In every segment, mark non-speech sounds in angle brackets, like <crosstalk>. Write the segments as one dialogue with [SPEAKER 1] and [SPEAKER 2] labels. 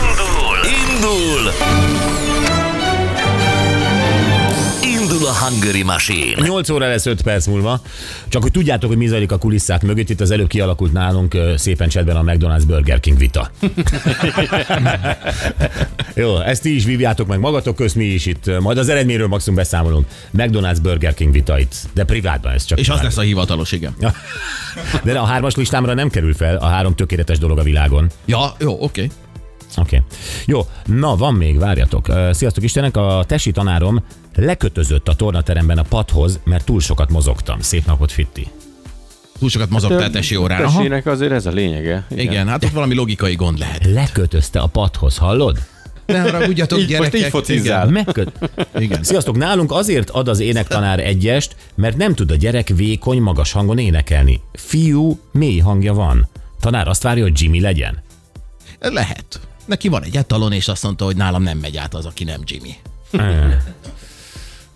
[SPEAKER 1] Indul! Indul! Indul a Hungary Machine!
[SPEAKER 2] 8 óra lesz 5 perc múlva. Csak hogy tudjátok, hogy mi zajlik a kulisszák mögött, itt az előbb kialakult nálunk ö, szépen csetben a McDonald's Burger King
[SPEAKER 3] <laughs>
[SPEAKER 2] vita. Jó, ezt ti is vívjátok meg magatok közt, mi is itt. ö, Majd az eredményről maximum beszámolunk. McDonald's Burger King vita itt, de privátban ez csak.
[SPEAKER 3] És az
[SPEAKER 2] privát.
[SPEAKER 3] lesz a hivatalos, igen.
[SPEAKER 2] De a hármas listámra nem kerül fel a három tökéletes dolog a világon.
[SPEAKER 3] Ja, jó, oké.
[SPEAKER 2] Oké. Okay. Jó, na van még, várjatok. Ö, Sziasztok Istenek, a tesi tanárom lekötözött a tornateremben a padhoz, mert túl sokat mozogtam. Szép napot, Fitti.
[SPEAKER 3] Túl sokat mozogtál tesi órán. Aha.
[SPEAKER 4] Tessének azért ez a lényege.
[SPEAKER 3] Igen, hát ott valami logikai gond lehet.
[SPEAKER 2] Lekötözte a padhoz, hallod?
[SPEAKER 3] Ne haragudjatok,
[SPEAKER 4] Így most
[SPEAKER 3] gyerekek.
[SPEAKER 4] így focizzál.
[SPEAKER 3] Igen.
[SPEAKER 2] Megköt...
[SPEAKER 3] Igen.
[SPEAKER 2] Sziasztok, nálunk azért ad az énektanár egyest, mert nem tud a gyerek vékony, magas hangon énekelni. Fiú, mély hangja van. Tanár azt várja, hogy Jimmy legyen.
[SPEAKER 3] Lehet. Neki van egy etalon, és azt mondta, hogy nálam nem megy át az, aki nem Jimmy.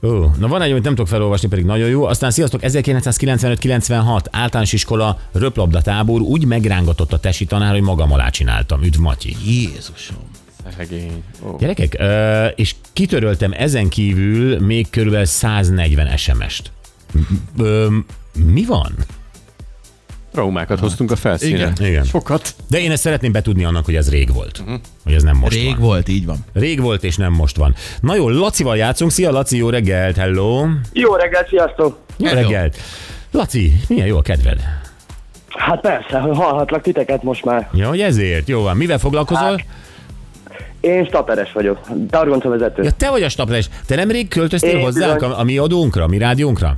[SPEAKER 2] Ó, na van egy, amit nem tudok felolvasni, pedig nagyon jó. Aztán sziasztok, 1995-96 általános iskola röplabda tábor úgy megrángatott a tesi tanár, hogy magam alá csináltam. Üdv Matyi.
[SPEAKER 3] Jézusom.
[SPEAKER 4] Szegény. Ó.
[SPEAKER 2] Gyerekek, ö, és kitöröltem ezen kívül még körülbelül 140 SMS-t. Ö, mi van?
[SPEAKER 4] Traumákat hoztunk a felszínre.
[SPEAKER 3] Igen,
[SPEAKER 2] igen.
[SPEAKER 4] Sokat.
[SPEAKER 2] De én ezt szeretném betudni annak, hogy ez rég volt. Uh-huh. Hogy ez nem most
[SPEAKER 3] Mhm. Rég
[SPEAKER 2] van.
[SPEAKER 3] volt, így van.
[SPEAKER 2] Rég volt és nem most van. Na jó, Lacival játszunk. Szia Laci, jó reggelt, hello.
[SPEAKER 5] Jó reggelt, sziasztok!
[SPEAKER 2] Jó
[SPEAKER 3] Hello.
[SPEAKER 2] reggelt. Laci, milyen jó a kedved.
[SPEAKER 5] Hát persze, hogy hallhatlak titeket most már.
[SPEAKER 2] Ja, hogy ezért? Jó van. Mivel foglalkozol?
[SPEAKER 5] Hát. Én staperes vagyok, Targonca vezető.
[SPEAKER 2] Ja, te vagy a staples. Te nemrég költöztél
[SPEAKER 5] Én
[SPEAKER 2] hozzánk
[SPEAKER 5] bizony.
[SPEAKER 2] a, a mi adónkra, a mi rádiónkra?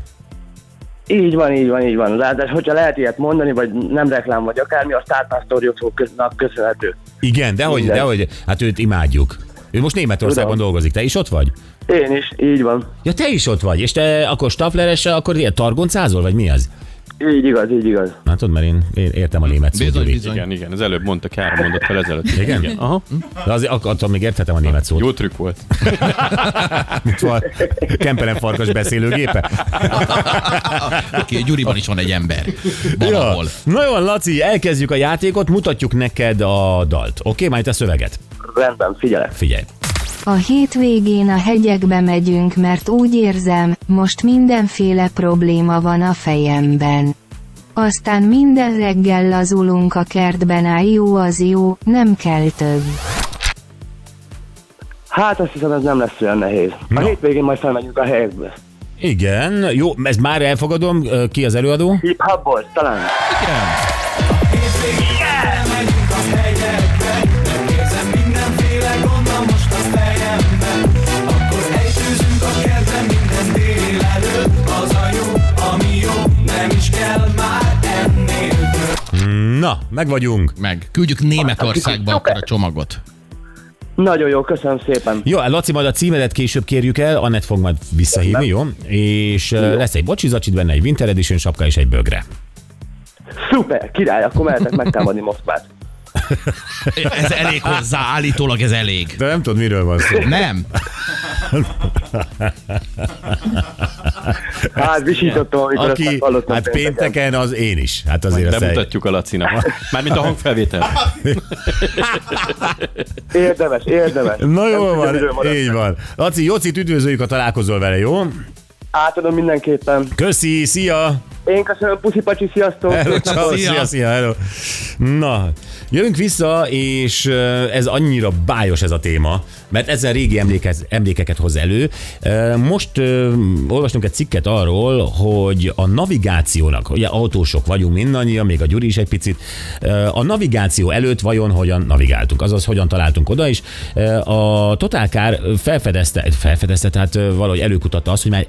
[SPEAKER 5] Így van, így van, így van. Ráadásul, hogyha lehet ilyet mondani, vagy nem reklám, vagy akármi, a Starpastorioknak köszönhető.
[SPEAKER 2] Igen, dehogy,
[SPEAKER 5] Igen.
[SPEAKER 2] dehogy. Hát őt imádjuk. Ő most Németországban
[SPEAKER 5] Tudom.
[SPEAKER 2] dolgozik. Te is ott vagy?
[SPEAKER 5] Én is, így van.
[SPEAKER 2] Ja, te is ott vagy. És te akkor stapleres, akkor ilyen targoncázol, vagy mi az?
[SPEAKER 5] Így igaz, így igaz.
[SPEAKER 2] Hát tudod, mert én ér- értem a német szót,
[SPEAKER 3] Bizony,
[SPEAKER 2] Gyuri.
[SPEAKER 3] bizony.
[SPEAKER 4] Igen, igen, az előbb mondtak három mondattal ezelőtt.
[SPEAKER 2] Igen?
[SPEAKER 4] Aha,
[SPEAKER 2] De azért ak- attól még érthetem a német szót.
[SPEAKER 4] jó trükk volt.
[SPEAKER 2] <laughs> Itt van Kempelen farkas beszélőgépe.
[SPEAKER 3] <laughs> Oké, Gyuriban is van egy ember. Valahol.
[SPEAKER 2] Na jó, Laci, elkezdjük a játékot, mutatjuk neked a dalt. Oké, okay, majd a szöveget.
[SPEAKER 5] Rendben, figyelek.
[SPEAKER 2] Figyelj.
[SPEAKER 6] A hétvégén a hegyekbe megyünk, mert úgy érzem, most mindenféle probléma van a fejemben. Aztán minden reggel lazulunk a kertben, áj jó az jó, nem kell több.
[SPEAKER 5] Hát azt hiszem, ez nem lesz olyan nehéz. A
[SPEAKER 2] Na.
[SPEAKER 5] hétvégén majd felmegyünk a helyekbe.
[SPEAKER 2] Igen, jó, ez már elfogadom, Ö, ki az előadó?
[SPEAKER 5] Hip Hop Boys, talán.
[SPEAKER 2] Na, meg vagyunk.
[SPEAKER 3] Meg. Küldjük Németországba akkor a csomagot.
[SPEAKER 5] Nagyon jó, köszönöm szépen.
[SPEAKER 2] Jó, hát Laci, majd a címedet később kérjük el, Anett fog majd visszahívni, jó? És jó. lesz egy bocsizacsit benne, egy Winter Edition sapka és egy bögre.
[SPEAKER 5] Szuper, király, akkor mehetek megtámadni Moszkvát.
[SPEAKER 3] Ez elég hozzá, állítólag ez elég.
[SPEAKER 2] De nem tudod, miről van <laughs> szó.
[SPEAKER 3] Nem?
[SPEAKER 5] Hát visítottam, amikor
[SPEAKER 2] Aki,
[SPEAKER 5] azt hallottam.
[SPEAKER 2] hát pénteken az én is. Hát azért ezt el...
[SPEAKER 4] Bemutatjuk a Lacinak. Mármint a hangfelvétel.
[SPEAKER 5] Érdemes, érdemes.
[SPEAKER 2] <laughs> Na jól
[SPEAKER 5] Nem
[SPEAKER 2] van,
[SPEAKER 5] tudom, miről maradt.
[SPEAKER 2] így van. Laci, Jocit üdvözöljük, a találkozol vele, jó?
[SPEAKER 5] Átadom mindenképpen.
[SPEAKER 2] Köszi, szia!
[SPEAKER 5] Én köszönöm, puszi pacsi, sziasztok!
[SPEAKER 2] Hello, ciao,
[SPEAKER 3] Szia.
[SPEAKER 2] szia, szia, hello. Na, jövünk vissza, és ö, ez annyira bájos ez a téma, mert ezzel régi emlékez, emlékeket hoz elő. Ö, Most ö, olvastunk egy cikket arról, hogy a navigációnak, ugye autósok vagyunk mindannyian, még a Gyuri is egy picit, ö, a navigáció előtt vajon hogyan navigáltunk, azaz hogyan találtunk oda is. Ö, A Total Car felfedezte, felfedezte, tehát ö, valahogy előkutatta azt, hogy már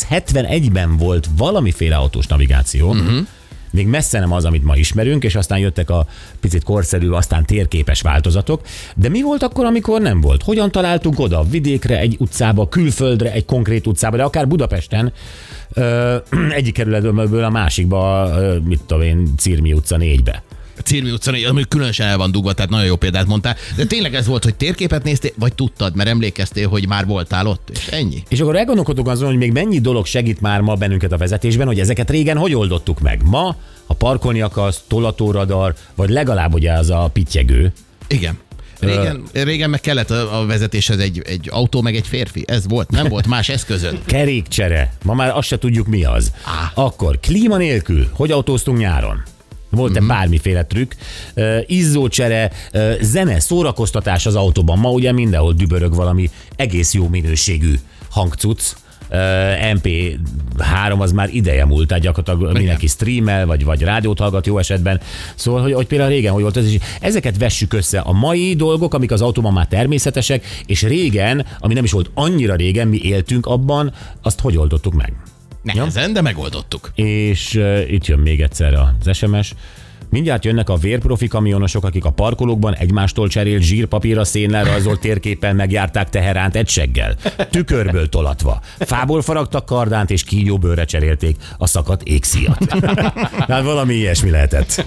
[SPEAKER 2] 1971-ben volt valamiféle autós navigáció, uh-huh még messze nem az, amit ma ismerünk, és aztán jöttek a picit korszerű, aztán térképes változatok. De mi volt akkor, amikor nem volt? Hogyan találtunk oda? Vidékre, egy utcába, külföldre, egy konkrét utcába, de akár Budapesten, <clears throat> ö, egyik kerületből a másikba, ö, mit tudom én, Cirmi utca négybe.
[SPEAKER 3] Círmi utca, ami különösen el van dugva, tehát nagyon jó példát mondtál. De tényleg ez volt, hogy térképet néztél, vagy tudtad, mert emlékeztél, hogy már voltál ott, és ennyi.
[SPEAKER 2] És akkor elgondolkodok azon, hogy még mennyi dolog segít már ma bennünket a vezetésben, hogy ezeket régen hogy oldottuk meg. Ma, ha parkolni akarsz, tolatóradar, vagy legalább ugye az a pittyegő.
[SPEAKER 3] Igen. Régen, régen meg kellett a a vezetéshez egy, egy autó, meg egy férfi. Ez volt, nem volt más eszközön.
[SPEAKER 2] Kerékcsere, ma már azt se tudjuk mi az. Akkor klíma nélkül, hogy autóztunk nyáron? Volt-e mm-hmm. bármiféle trükk? Ö, Izzócsere, ö, zene, szórakoztatás az autóban. Ma ugye mindenhol dübörög valami egész jó minőségű hangcuc. Ö, MP3 az már ideje múlt, tehát gyakorlatilag mindenki streamel, vagy, vagy rádiót hallgat jó esetben. Szóval, hogy, hogy például régen hogy volt ez, és ezeket vessük össze. A mai dolgok, amik az autóban már természetesek, és régen, ami nem is volt annyira régen, mi éltünk abban, azt hogy oldottuk meg?
[SPEAKER 3] Nehezen, de megoldottuk.
[SPEAKER 2] és uh, itt jön még egyszer az SMS. Mindjárt jönnek a vérprofi kamionosok, akik a parkolókban egymástól cserélt zsírpapírra, szénnel rajzolt térképpel megjárták Teheránt egy seggel, tükörből tolatva. Fából faragtak kardánt és kígyóbőrre cserélték a szakadt égszíjat. Hát valami ilyesmi lehetett.